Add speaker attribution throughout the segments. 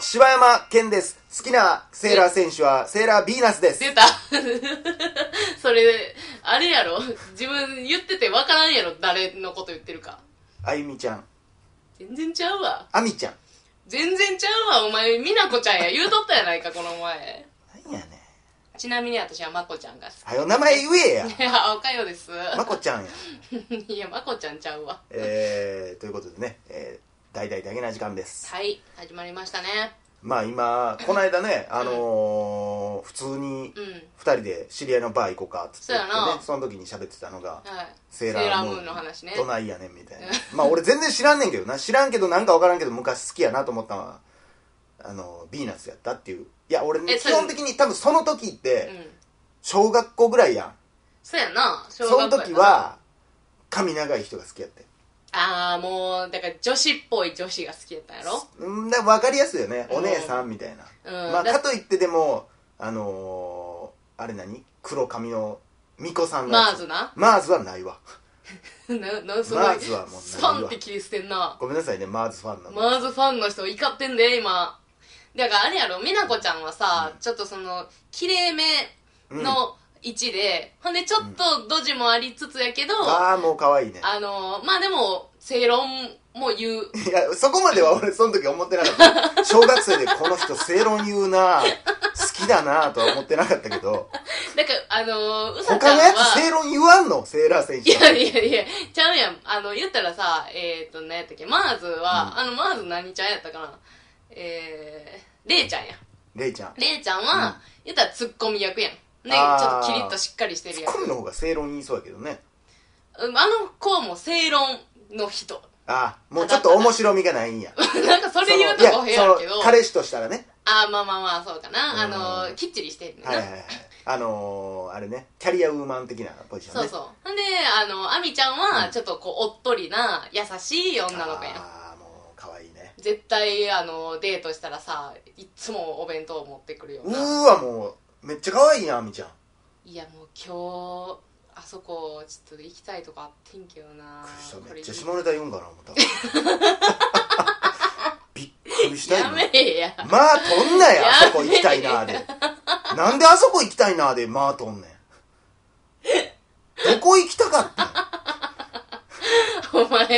Speaker 1: 柴山健です。好きなセーラー選手はセーラービーナスです。
Speaker 2: 出た それあれやろ自分言ってて分からんやろ誰のこと言ってるか
Speaker 1: あゆみちゃん、
Speaker 2: 全然ちゃうわ
Speaker 1: あみちゃん。
Speaker 2: 全然ちゃうわお前美奈子ちゃんや言うとったやないかこの前
Speaker 1: なんやねん。
Speaker 2: ちなみに私はまこちゃんが好
Speaker 1: はよ名前言え や。
Speaker 2: きいやおかよです
Speaker 1: まこちゃんや。
Speaker 2: いやまこちゃんちゃうわ
Speaker 1: えー、ということでね、えー、大々だけな時間です。
Speaker 2: はい始まりましたね
Speaker 1: まあ今、この間ね、あのー、普通に
Speaker 2: うん
Speaker 1: 二人で知り合いのバー行こうかっつって言って
Speaker 2: そうや
Speaker 1: ね
Speaker 2: な、
Speaker 1: その時に喋ってたのが、
Speaker 2: はい
Speaker 1: セー
Speaker 2: セーラ
Speaker 1: ラー
Speaker 2: ー
Speaker 1: ムー
Speaker 2: ムー
Speaker 1: ン
Speaker 2: ンの話ね
Speaker 1: どないやねんみたいな まあ俺全然知らんねんけどな知らんけどなんか分からんけど昔好きやなと思ったのはあのヴィーナスやったっていういや俺ね
Speaker 2: え
Speaker 1: 基本的に多分その時っ
Speaker 2: う
Speaker 1: て
Speaker 2: ん
Speaker 1: 小学校ぐらいやん
Speaker 2: そうやな小
Speaker 1: その
Speaker 2: 学校やな
Speaker 1: 時は髪長い人が好きやって
Speaker 2: ああもうだから女子っぽい女子が好きやったんや ろ
Speaker 1: うんで分かりやすいよね
Speaker 2: うん
Speaker 1: お姉さんみたいな、
Speaker 2: うん
Speaker 1: まあ
Speaker 2: だ
Speaker 1: かといってでもあのー、あれ何黒髪の巫女さんのや
Speaker 2: マ
Speaker 1: つ
Speaker 2: ーズな
Speaker 1: マーズはないわ
Speaker 2: ななすごい
Speaker 1: マーズはもうないわ
Speaker 2: スパンって切り捨てんな
Speaker 1: ごめんなさいねマーズファンなの、
Speaker 2: マーズファンの人怒ってんで今だからあれやろ美奈子ちゃんはさ、ちょっとその綺麗めの位置で、ほんでちょっとドジもありつつやけど、あ
Speaker 1: ああもう可愛いね
Speaker 2: のまあでも正論も言う
Speaker 1: いや、そこまでは俺その時思ってなかった。小学生でこの人正論言うな好きだなとは思ってなかったけど、
Speaker 2: だからあのうさちゃ
Speaker 1: 他
Speaker 2: ん
Speaker 1: のやつ正
Speaker 2: は
Speaker 1: 論言わんのセーラー選
Speaker 2: い
Speaker 1: 手は。
Speaker 2: やいやいやちゃうやんあの言ったらさえっ、ー、と何やったっけマーズは、あのマーズ何ちゃんやったかなえー、レイちゃんや
Speaker 1: レイちゃん。
Speaker 2: レイちゃんは、
Speaker 1: うん
Speaker 2: 言ったらツッコミ役やんねち
Speaker 1: あー
Speaker 2: ょっとキリッとしっかりしてる
Speaker 1: ツ
Speaker 2: や
Speaker 1: ッ
Speaker 2: ん
Speaker 1: コミの方が正論言いそうやけどね。
Speaker 2: うんあの子も正論の人
Speaker 1: ああ、もうちょっと面白みがないんや。
Speaker 2: なんかそれ言うと
Speaker 1: その
Speaker 2: 語弊ある
Speaker 1: い
Speaker 2: け
Speaker 1: や
Speaker 2: ど
Speaker 1: その彼氏としたらね。
Speaker 2: ああまあまあまあそうかな
Speaker 1: うん
Speaker 2: あのきっちりしてるねんな、
Speaker 1: はいはいはい。あのー、あれね、キャリアウーマン的なポジション
Speaker 2: そ
Speaker 1: ね。
Speaker 2: うそうほんであのあみちゃんはちょっとこうおっとりな優しい女の子やん
Speaker 1: ああ、もう可愛いね。
Speaker 2: 絶対あのデートしたらさいっつもお弁当持ってくるよ
Speaker 1: う
Speaker 2: う
Speaker 1: ー
Speaker 2: な
Speaker 1: わ、もう、めっちゃ可愛いな、あみちゃん。
Speaker 2: いやもう今日あそこちょっと行きたいとかあってんけどな
Speaker 1: びっくりしためっち
Speaker 2: これ
Speaker 1: ゃ下ネタ言うんかな思った びっくりした
Speaker 2: や
Speaker 1: よ
Speaker 2: めえや
Speaker 1: まあとんなや
Speaker 2: や
Speaker 1: あそこ行きたいなーでなんであそこ行きたいなーでまあとんねんどこ行きたかった
Speaker 2: お前
Speaker 1: ん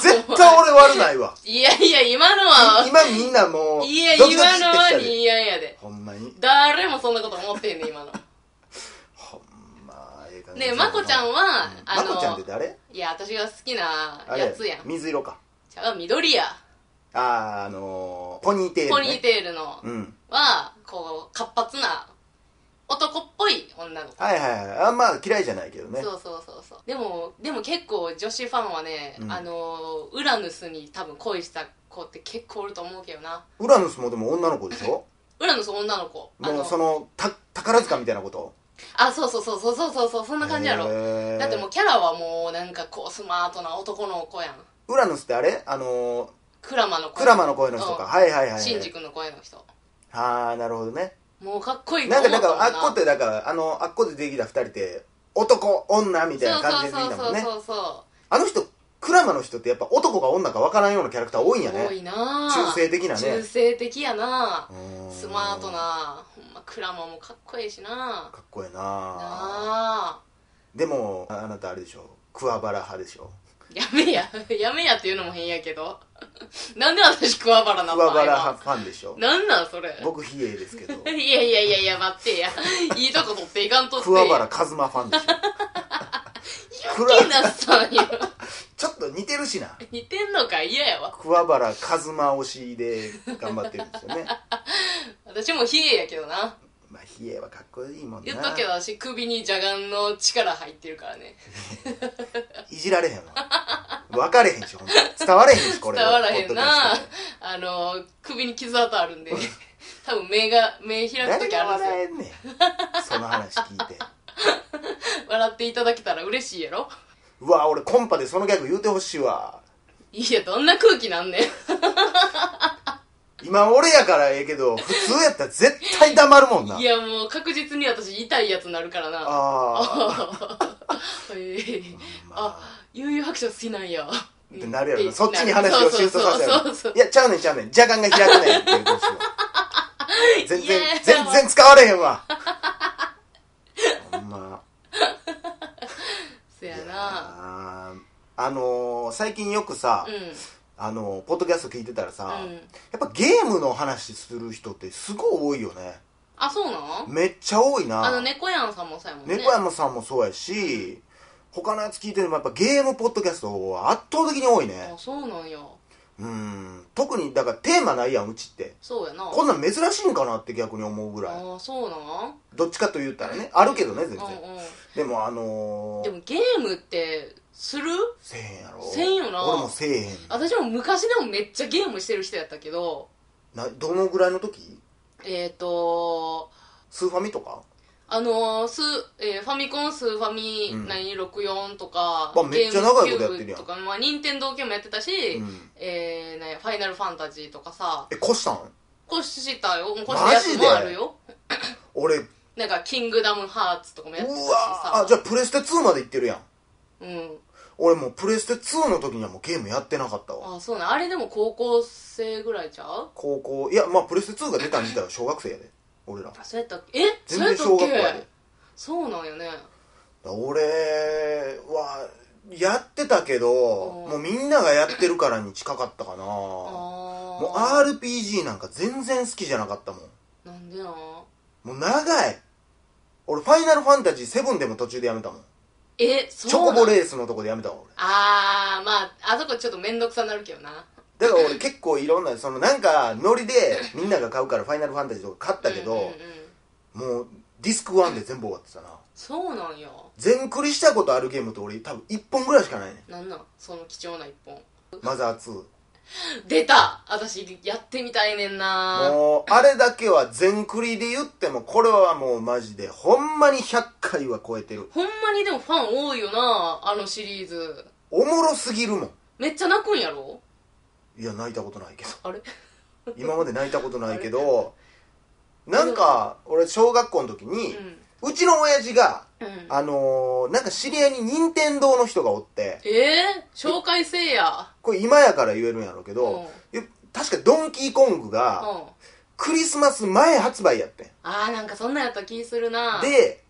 Speaker 1: 絶対俺悪ない わ
Speaker 2: いやいや今 のは
Speaker 1: 今みんなもう
Speaker 2: いや
Speaker 1: ドキドキ
Speaker 2: 今のは
Speaker 1: してきたで
Speaker 2: いやいやで
Speaker 1: ほんまに
Speaker 2: 誰もそんなこと思ってんね今の
Speaker 1: ほんまええ感じ
Speaker 2: ねまこちゃんはあ
Speaker 1: まこちゃんって
Speaker 2: の
Speaker 1: 誰
Speaker 2: いや私が好きな
Speaker 1: あ
Speaker 2: や
Speaker 1: れ
Speaker 2: つやん
Speaker 1: 水色か
Speaker 2: じゃあ緑や
Speaker 1: あーあのーポニーテー
Speaker 2: ポ
Speaker 1: ル
Speaker 2: ニー
Speaker 1: ね
Speaker 2: テールの
Speaker 1: うん
Speaker 2: はこう活発な男っぽい女の子
Speaker 1: はいはいはいあんまあ嫌いじゃないけどね
Speaker 2: そうそうそうそうでもでも結構女子ファンはね、
Speaker 1: うん
Speaker 2: あのウラヌスに多分恋した子って結構おると思うけどな
Speaker 1: ウラヌスもでも女の子でしょ
Speaker 2: ウラヌス女の子あ
Speaker 1: も
Speaker 2: の
Speaker 1: うそのた宝塚みたいなこと
Speaker 2: あそうそうそうそうそうそうそうそんな感じやろ
Speaker 1: へー
Speaker 2: だってもうキャラはもうなんかこうスマートな男の子やん
Speaker 1: ウラヌスってあれあのー
Speaker 2: クラマの声
Speaker 1: クラマの声の人か、
Speaker 2: うん
Speaker 1: はいはいはい
Speaker 2: シンジ君の声の人
Speaker 1: ああなるほどね
Speaker 2: もうかっこいいと
Speaker 1: なん
Speaker 2: 思
Speaker 1: か
Speaker 2: った
Speaker 1: だ
Speaker 2: もん
Speaker 1: か
Speaker 2: な
Speaker 1: らあっこってだからあのあっこでできた二人って男女みたいな感じでできたもんね
Speaker 2: そうそうそうそ
Speaker 1: あの人クラマの人ってやっぱ男か女かわからんようなキャラクター多いん
Speaker 2: う
Speaker 1: や
Speaker 2: 多
Speaker 1: ね
Speaker 2: いなあ
Speaker 1: 中性的なね
Speaker 2: 中性的やな
Speaker 1: うーん
Speaker 2: スマートなほんまクラマもかっこいいしなな
Speaker 1: かっこええな
Speaker 2: あ
Speaker 1: でもああなたあれでしょ桑原派でしょ
Speaker 2: やめや やめやっていうのも変やけど なんで私桑原な
Speaker 1: 桑
Speaker 2: の
Speaker 1: 原派ファンでしょ
Speaker 2: なんなんそれ
Speaker 1: 僕比叡ですけど
Speaker 2: いやいやいやいや待ってや いいとこ取っていかんとって
Speaker 1: 桑原一馬ファン でしょ
Speaker 2: 好きなさんや
Speaker 1: ちょっと似てるしな
Speaker 2: 似てんのか嫌やわ
Speaker 1: 桑原一馬推しで頑張ってるんですよね
Speaker 2: 私も比叡やけどな
Speaker 1: まあ比叡はかっこいいもんな
Speaker 2: 言っとくけど私首に邪眼の力入ってるからね
Speaker 1: いじられへんわ分かれへんしほんと伝われへんしこれ
Speaker 2: 伝わらへ
Speaker 1: ポッド
Speaker 2: んな
Speaker 1: キャストで
Speaker 2: あの首に傷跡あるんで多分目が目開く
Speaker 1: 誰
Speaker 2: 時あ
Speaker 1: が
Speaker 2: るんですよ
Speaker 1: 笑えんねんその話聞いて
Speaker 2: 笑っていただけたら嬉しいやろ
Speaker 1: うわ俺コンパでそのギャグ言うてほしいわ
Speaker 2: いやどんな空気なんねん
Speaker 1: 今俺やからええけど普通やったら絶対黙るもんない
Speaker 2: やもう確実に私痛いやつになるからな
Speaker 1: ああ
Speaker 2: ええ
Speaker 1: まあ
Speaker 2: あ悠々白書好きなんや
Speaker 1: ってなるやろ
Speaker 2: う
Speaker 1: なんそっちに話をシフトさせる
Speaker 2: そうそうそうそう
Speaker 1: いやちゃうねんちゃうねん邪眼が開くねんって言うてほしいわ全
Speaker 2: いや
Speaker 1: 然
Speaker 2: いや
Speaker 1: 全然使われへんわほんま
Speaker 2: せや
Speaker 1: いや
Speaker 2: な
Speaker 1: ーあのー最近よくさ、
Speaker 2: う
Speaker 1: あのーポッドキャスト聞いてたらさ、
Speaker 2: んう
Speaker 1: や
Speaker 2: ん
Speaker 1: っぱゲームの話する人ってすごい多いよね
Speaker 2: あそうなん
Speaker 1: めっちゃ多いな
Speaker 2: あの猫やんさんもそうやもんね
Speaker 1: 猫山さんもそうやし、他のやつ聞いててもやっぱゲームポッドキャストは圧倒的に多いね
Speaker 2: あそうなんや
Speaker 1: うん特にだからテーマないやんうちって
Speaker 2: そうやな
Speaker 1: こんなん珍しいんかなって逆に思うぐらい
Speaker 2: あそうなん
Speaker 1: どっちかと言ったらねあるけどね全然
Speaker 2: うんう
Speaker 1: でもあの
Speaker 2: ん
Speaker 1: ー、
Speaker 2: でもゲームってする
Speaker 1: せえへんやろ
Speaker 2: せんよな
Speaker 1: 俺もせえへん
Speaker 2: 私も昔でもめっちゃゲームしてる人やったけど
Speaker 1: などのぐらいの時
Speaker 2: えっ、ー、と
Speaker 1: スーファミとか
Speaker 2: あのースえーファミコンスーファミ、
Speaker 1: うん
Speaker 2: 何64とか、
Speaker 1: まあめっちゃ長いことやってるやん
Speaker 2: ゲームキューブとかまあ任天堂系もやってたし、
Speaker 1: うん
Speaker 2: えー、なんやファイナルファンタジーとかさ
Speaker 1: え越したん
Speaker 2: こうしたよこうしたやつもあるよ
Speaker 1: 俺う
Speaker 2: なんかキングダムハーツとかもやってた
Speaker 1: わ
Speaker 2: しさ
Speaker 1: あじゃあプレステ2まで行ってるやん
Speaker 2: うん
Speaker 1: 俺もうプレステ2の時にはもうゲームやってなかったわ
Speaker 2: あそうなんあれでも高校生ぐらいちゃう
Speaker 1: 高校いやまあプレステ2が出たん自体は小学生やで俺ら
Speaker 2: あそうやったっけえ
Speaker 1: 全
Speaker 2: そうや
Speaker 1: 然
Speaker 2: ったっ
Speaker 1: 小学校やで
Speaker 2: けそうなんよね
Speaker 1: 俺はやってたけど
Speaker 2: うん
Speaker 1: もうみんながやってるからに近かったかな
Speaker 2: あ
Speaker 1: もう
Speaker 2: あ
Speaker 1: RPG なんか全然好きじゃなかったもん
Speaker 2: なんでなん
Speaker 1: もう長い俺ファイナルファンタジー7でも途中でやめたもん
Speaker 2: えそう
Speaker 1: チョコ
Speaker 2: な
Speaker 1: ボ
Speaker 2: ん
Speaker 1: レースのとこでやめたわ俺
Speaker 2: ああまああそこちょっと面倒くさなるけどな
Speaker 1: だから俺結構いろんなそのなんかノリでみんなが買うからファイナルファンタジーとか買ったけど、
Speaker 2: うんうんうん
Speaker 1: もうディスク1で全部終わってたな
Speaker 2: そうなんや
Speaker 1: 全クリしたことあるゲームって俺多分1本ぐらいしかないね
Speaker 2: なんなんその貴重な一本
Speaker 1: マザー2
Speaker 2: 出た私やってみたいねんな
Speaker 1: もうあれだけは全クリで言ってもこれはもうマジでほんまに100回は超えてる
Speaker 2: ほんまにでもファン多いよなあのシリーズ
Speaker 1: おもろすぎるも
Speaker 2: めっちゃ泣くんやろ
Speaker 1: んいや泣いたことないけど
Speaker 2: あれ
Speaker 1: 今まで泣いたことないけどなんか俺小学校の時
Speaker 2: う
Speaker 1: に、
Speaker 2: ん
Speaker 1: うちの親父が
Speaker 2: うん
Speaker 1: あのー、なんか知り合いに任天堂の人がおって
Speaker 2: ええ紹介せえや
Speaker 1: これ今やから言えるんやろうけ
Speaker 2: うん
Speaker 1: ど、え確かドンキーコング
Speaker 2: うん
Speaker 1: が
Speaker 2: あ
Speaker 1: クリスマス前発売やってん
Speaker 2: あなんかそんなんやった気するな
Speaker 1: で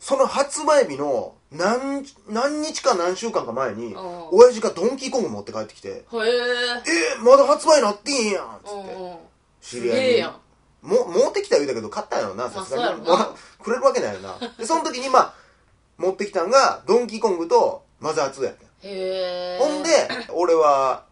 Speaker 1: その発売日の何何日か何週間か前に
Speaker 2: うん
Speaker 1: 親父がドンキーコング持って帰ってきて
Speaker 2: へえ
Speaker 1: 「えー、まだ発売なってんやん」っつ
Speaker 2: う
Speaker 1: っ
Speaker 2: ん
Speaker 1: て
Speaker 2: うん
Speaker 1: 知
Speaker 2: す
Speaker 1: り合
Speaker 2: げえ
Speaker 1: いに
Speaker 2: やん
Speaker 1: も持ってきた言うたけど買ったんやろなさすがに
Speaker 2: まあそうや
Speaker 1: も
Speaker 2: ろな
Speaker 1: ら くれるわけないよなでその時にまあ持ってきたんがドンキーコングとマザー2やってん
Speaker 2: へえ
Speaker 1: ほんで、俺は、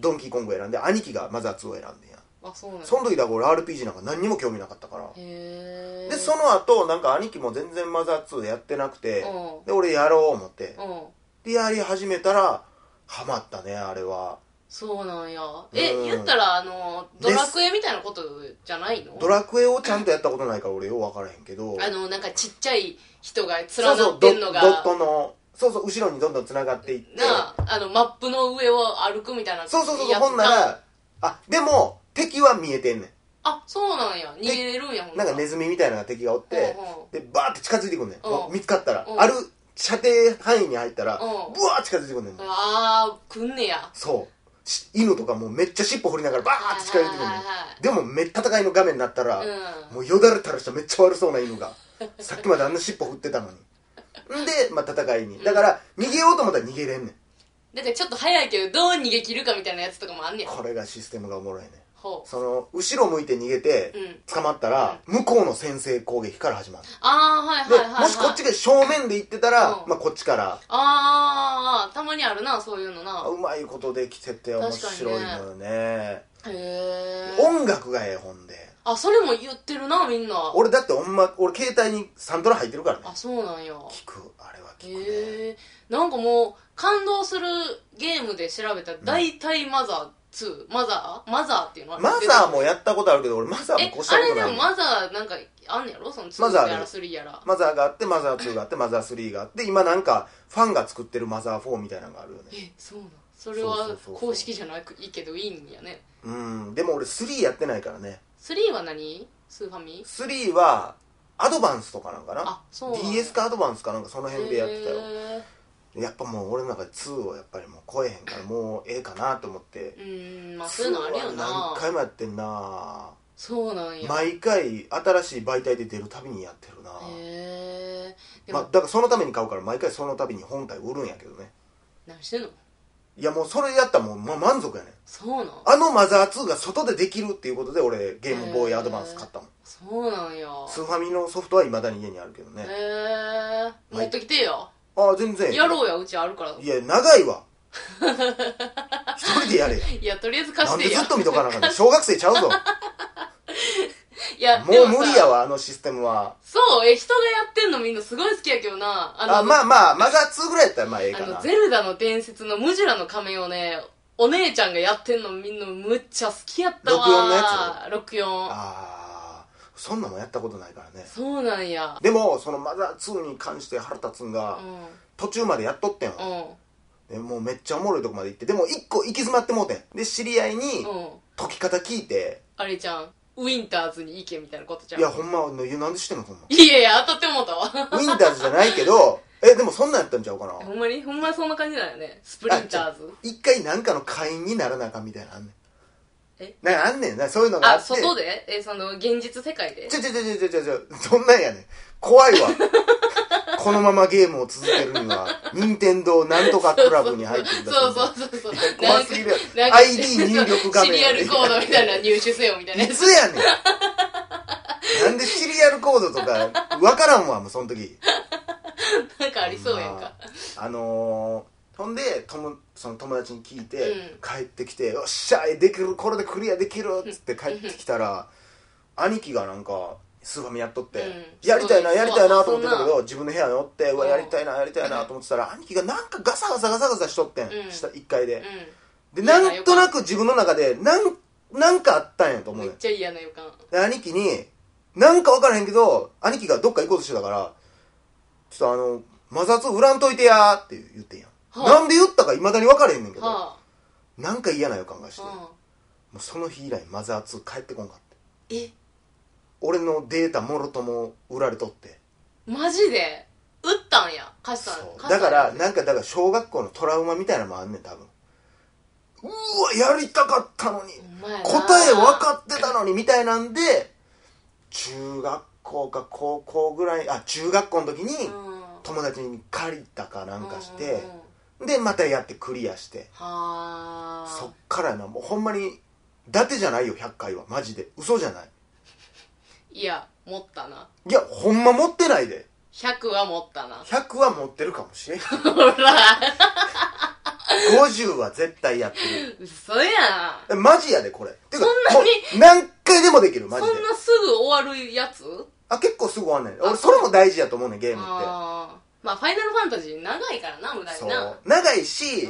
Speaker 1: ドンキーコング選んで、兄貴がマザー2を選んでんや。
Speaker 2: あそうなんや
Speaker 1: その時だから俺 RPG なんか何にも興味なかったから。
Speaker 2: へえ
Speaker 1: で、その後、なんか兄貴も全然マザー2やってなくて
Speaker 2: うん、
Speaker 1: で、俺やろう思って。
Speaker 2: うん
Speaker 1: で、やり始めたら、ハマったね、あれは。
Speaker 2: そうなんやえ、
Speaker 1: うん
Speaker 2: 言ったらあの
Speaker 1: です
Speaker 2: ドラクエみたいなことじゃないの
Speaker 1: ドラクエをちゃんとやったことないから俺よう分からへんけど、
Speaker 2: あのなんかちっちゃい人が
Speaker 1: そ
Speaker 2: 連
Speaker 1: うそ
Speaker 2: な
Speaker 1: う
Speaker 2: っ
Speaker 1: ド
Speaker 2: てんのが
Speaker 1: ドットの、そうそう、後ろにどんどん繋がっていって、
Speaker 2: なああのマップの上を歩くみたいな
Speaker 1: そうそうそう、
Speaker 2: やつ
Speaker 1: ほんなら、あ、でも、敵は見えてんね
Speaker 2: あそうなんや逃げれるんやほ
Speaker 1: ん。なんかネ
Speaker 2: っ
Speaker 1: ズミみたいな敵がおって、でバーって近づいてくんねん、
Speaker 2: うん
Speaker 1: もう見つかったら、
Speaker 2: うん
Speaker 1: ある射程範囲に入ったら、
Speaker 2: うん
Speaker 1: ブワーって近づいてくんねん、
Speaker 2: ああー来んねや
Speaker 1: そうし犬とかもうめっちゃ尻尾振りながらバーって近づいてくんね
Speaker 2: はいはいは
Speaker 1: んでもめっちゃ戦いの画面になったら、
Speaker 2: うん
Speaker 1: もうよだれ垂らしためっちゃ悪そうな 犬がさっきまであんな尻尾振ってたのにんで、まあ、戦いにだから逃げようと思ったら逃げれんねん
Speaker 2: だからちょっと早いけどどう逃げ切るかみたいなやつとかもあんねや
Speaker 1: これがシステムがおもろいねん
Speaker 2: ほう
Speaker 1: その後ろ向いて逃げて
Speaker 2: うん
Speaker 1: 捕まったら、向こうの先制攻撃から始まる
Speaker 2: ああはい
Speaker 1: で、
Speaker 2: はいはい、はい、
Speaker 1: もしこっちが正面で行ってたら、
Speaker 2: うん
Speaker 1: まあ、こっちから
Speaker 2: あーあーたまにあるなそういうのな
Speaker 1: うまいことできてて面白いのよね
Speaker 2: へえ
Speaker 1: 音楽がええほんで
Speaker 2: あそれも言ってるなみんな
Speaker 1: 俺だってほんま俺携帯にサントラ入ってるからね
Speaker 2: あそうなんや
Speaker 1: 聞くあれは聞くね
Speaker 2: へえなんかもう感動するゲームで調べたら大体マザー2、マザーマザーっていうの
Speaker 1: マザーもやったことあるけど俺マザー
Speaker 2: え
Speaker 1: も越し
Speaker 2: あ
Speaker 1: たこ
Speaker 2: れ
Speaker 1: と
Speaker 2: で
Speaker 1: な
Speaker 2: も
Speaker 1: い
Speaker 2: マザーなんかあんねやろその
Speaker 1: マザーあ
Speaker 2: 2
Speaker 1: る
Speaker 2: やら3やら
Speaker 1: マザーがあってマザー2があってマザー3があって今なんかファンが作ってるマザー4みたいなのがあるよね
Speaker 2: えそうなんそれは
Speaker 1: そうそうそうそう
Speaker 2: 公式じゃなくいいけどいいんやね
Speaker 1: うんでも俺3やってないからね
Speaker 2: 3は何スーファミ
Speaker 1: 3はアドバンスとかなんかな
Speaker 2: あそうなんや
Speaker 1: DS かアドバンスかなんかその辺でやってたよ
Speaker 2: へ
Speaker 1: やっぱもう俺の中で2をやっぱりもう超えへんからもうええかなと思って
Speaker 2: えうんまあそういうのあるよ
Speaker 1: 何
Speaker 2: な
Speaker 1: 回もやってんな
Speaker 2: そうなんや
Speaker 1: 毎回新しい媒体で出るたびにやってるな、
Speaker 2: へえでも、
Speaker 1: まあ、だからそのために買うから毎回そのたびに本体売るんやけどね
Speaker 2: 何してんの
Speaker 1: いやもうそれやったらもう、ま、満足やねん
Speaker 2: そうなん
Speaker 1: あのマザー2が外でできるっていうことで俺ゲームボーイアドバンス買ったもん
Speaker 2: そうなんや
Speaker 1: スーファミのソフトはいまだに家にあるけどね
Speaker 2: へえ持ってきてよ
Speaker 1: ああ全然
Speaker 2: やろうやうちあるから
Speaker 1: いや長いわ 一人でやれや
Speaker 2: いやとりあえず貸
Speaker 1: な
Speaker 2: し
Speaker 1: ん
Speaker 2: て
Speaker 1: でず
Speaker 2: や
Speaker 1: っと見とかなあかんねん小学生ちゃうぞ
Speaker 2: いや
Speaker 1: もう
Speaker 2: でさ
Speaker 1: 無理やわあのシステムは
Speaker 2: そうえ人がやってんのみんなすごい好きやけどなあの
Speaker 1: あまあまあマザー2ぐらいやったらまあええ
Speaker 2: あ
Speaker 1: か
Speaker 2: の
Speaker 1: な
Speaker 2: ゼルダの伝説のムジュラの仮面をねお姉ちゃんがやってんのみんなむっちゃ好きやったわ
Speaker 1: 64のや
Speaker 2: 64
Speaker 1: ああそんなんもやったことないからね
Speaker 2: そうなんや
Speaker 1: でもそのマザー2に関して腹立つんが、
Speaker 2: うん
Speaker 1: 途中までやっとってんわ、
Speaker 2: うん
Speaker 1: でもうめっちゃおもろいとこまで行ってでも一個行き詰まってもうてんで知り合いに
Speaker 2: うん
Speaker 1: 解き方聞いて、
Speaker 2: あれじゃんウィンターズに行けみたいなことじゃん
Speaker 1: いやほんまいやなんでしてんのほんま
Speaker 2: いやいや当たってもうたわ
Speaker 1: ウィンターズじゃないけどえでもそんなんやったんちゃうかな
Speaker 2: ほんまにほんまそんな感じだよねスプリンターズ
Speaker 1: 一回なんかの会員にならなあかんみたいなのあんねん
Speaker 2: え
Speaker 1: なんかあんねんなそういうのがあ
Speaker 2: あ
Speaker 1: って
Speaker 2: 外でえその現実世界で
Speaker 1: ちょちょちょちょちょちょそんなんやねん怖い わこのままゲームを続けるには任天堂なんとかクラブに入ってください
Speaker 2: そうそうそうそう
Speaker 1: いや怖すぎるやろ
Speaker 2: なんか
Speaker 1: ID 入力画面
Speaker 2: シリアルコードみたいな入手せよみ たいなや
Speaker 1: い
Speaker 2: つ
Speaker 1: つやねんなんでシリアルコードとか分からんわもうその時
Speaker 2: なんかありそうやん
Speaker 1: ま
Speaker 2: か
Speaker 1: ああのーほんでともその友達に聞いて、
Speaker 2: うん
Speaker 1: 帰ってきて「よっしゃできるこれでクリアできる」っつって帰ってきたら兄貴がなんかスーファミやっとって
Speaker 2: うん
Speaker 1: 「やりたいな
Speaker 2: そう
Speaker 1: やりたいな」と思ってた
Speaker 2: そ
Speaker 1: け
Speaker 2: ん
Speaker 1: ど自分の部屋におって「うわ
Speaker 2: うん
Speaker 1: やりたいなやりたいな」と思ってたら兄貴がなんかガサガサガサガサしとってん、
Speaker 2: うん
Speaker 1: 下1階でで
Speaker 2: 嫌な
Speaker 1: なんとなく自分の中でなんなんかあったんやと
Speaker 2: うん
Speaker 1: 思う
Speaker 2: め
Speaker 1: ねん
Speaker 2: っちゃ嫌な予感
Speaker 1: で兄貴になんか分からへんけど兄貴がどっか行こうとしてたから「ちょっとあの摩擦売らんといてや」って言ってんやん、
Speaker 2: はあ
Speaker 1: なんで言ったかいまだに分からへんねんけど、
Speaker 2: は
Speaker 1: なんか嫌な予感がして、も
Speaker 2: あ
Speaker 1: うその日以来マザー2帰ってこんかって
Speaker 2: うんえ
Speaker 1: 俺のデータもろとも売られとって
Speaker 2: マジで打ったんや貸したん
Speaker 1: そう
Speaker 2: 貸し
Speaker 1: だか
Speaker 2: たんや
Speaker 1: らなんかだから小学校のトラウマみたいなのもあんねん多分うわやりたかったのに
Speaker 2: ほんまやな
Speaker 1: 答え分かってたのにみたいなんで中学校か高校ぐらいあ中学校の時に、
Speaker 2: うん
Speaker 1: 友達に借りたかなんかして、
Speaker 2: うんうんうんは
Speaker 1: でまたやってクリアして
Speaker 2: あ
Speaker 1: そっからやなもうほんまに伊達じゃないよ100回はマジで嘘じゃない
Speaker 2: いや持ったない
Speaker 1: やほんま持ってないで
Speaker 2: 100は持ったな
Speaker 1: 100は持ってるかも しれん
Speaker 2: ほら
Speaker 1: 50は絶対やってる
Speaker 2: 嘘やん
Speaker 1: えマジやでこれてか
Speaker 2: そんな
Speaker 1: も
Speaker 2: に
Speaker 1: う何回でもできる
Speaker 2: そ
Speaker 1: マ
Speaker 2: ん
Speaker 1: ジで
Speaker 2: なすぐ終わるやつ
Speaker 1: あ結構すぐ終わんねん
Speaker 2: あ
Speaker 1: 俺それも大事やと思うねんゲームっ
Speaker 2: ああまあファイナルファンタジー長いからな無
Speaker 1: て
Speaker 2: 駄
Speaker 1: そ
Speaker 2: にな
Speaker 1: う長いし、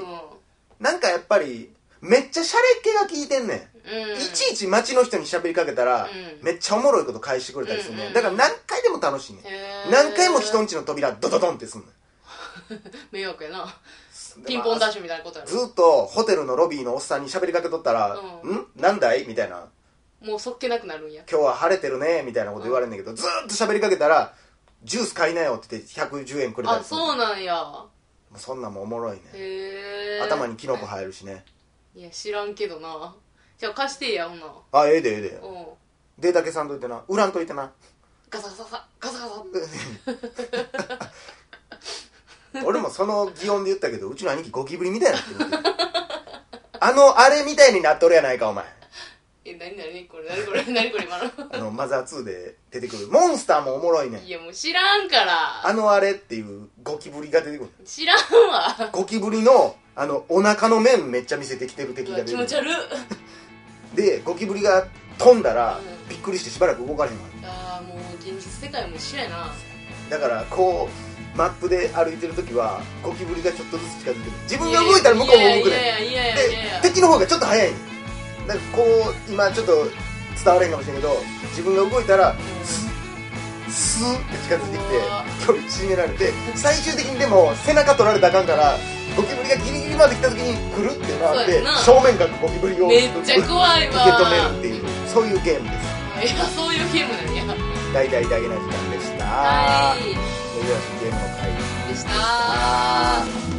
Speaker 1: なんかやっぱりめっちゃシャレっ気が効いてんねん
Speaker 2: うん、うん、
Speaker 1: いちいち街の人に喋りかけたら、
Speaker 2: うん
Speaker 1: めっちゃおもろいこと返してくれたりするね、
Speaker 2: うんうん
Speaker 1: だから何回でも楽しいね、
Speaker 2: へー
Speaker 1: ん、何回も人んちの扉ドドドンってすんねん
Speaker 2: 迷惑やなピンポンダッシュみたいなことやろ
Speaker 1: ずっとホテルのロビーのおっさんに喋りかけとったら「
Speaker 2: うん
Speaker 1: んなんだい?」みたいな
Speaker 2: もうそっけなくなるんや
Speaker 1: 「今日は晴れてるね」みたいなこと言われるんだけど、ずーっと喋りかけたら「ジュース買いなよ」って言って110円くれた
Speaker 2: あ
Speaker 1: りするね
Speaker 2: そうなんや
Speaker 1: もうそんなんもおもろいね
Speaker 2: へえ
Speaker 1: 頭にキノコ生えるしね
Speaker 2: いや知らんけどなじゃあ貸してやほんな
Speaker 1: あええでええで
Speaker 2: うん
Speaker 1: データ消さんといてな売らんといてな
Speaker 2: ガサガサガサガサガサ
Speaker 1: 俺もその擬音で言ったけどうちの兄貴ゴキブリみたいになってるあのあれみたいになっとるやないかお前
Speaker 2: え何何これ何これ何これ今の
Speaker 1: あのマザー2で出てくるモンスターもおもろいねん
Speaker 2: いやもう知らんから
Speaker 1: あのあれっていうゴキブリが出てくる
Speaker 2: 知らんわ
Speaker 1: ゴキブリのあのお腹の面めっちゃ見せてきてる敵
Speaker 2: う
Speaker 1: が
Speaker 2: わ
Speaker 1: 出てく
Speaker 2: 気持
Speaker 1: る
Speaker 2: ち悪っ
Speaker 1: でゴキブリが飛んだら
Speaker 2: うん
Speaker 1: びっくりしてしばらく動かれへんわ
Speaker 2: ああもう現実世界も一緒やな
Speaker 1: だからこうマップで歩いてる時はゴキブリがちょっとずつ近づいてくる自分が動いたら向こうも動くねん
Speaker 2: いやいやいやいやいやいや
Speaker 1: で敵の方がちょっと早いねんなんかこう今ちょっと伝われへんかもしれんけど自分が動いたらスッスーって近づいてきて距離縮められて最終的にでも背中取られたらあかんからゴキブリがギリギリまで来た時にぐるって回っ
Speaker 2: そうや
Speaker 1: て
Speaker 2: な
Speaker 1: 正面からゴキブリを
Speaker 2: めっちゃ
Speaker 1: 受
Speaker 2: 怖い
Speaker 1: け
Speaker 2: わ
Speaker 1: 止めるっていうそういうゲームです
Speaker 2: いやそういうゲームなんや
Speaker 1: 大々大げな時間でした
Speaker 2: はい
Speaker 1: それではゲームの会
Speaker 2: でした
Speaker 1: あー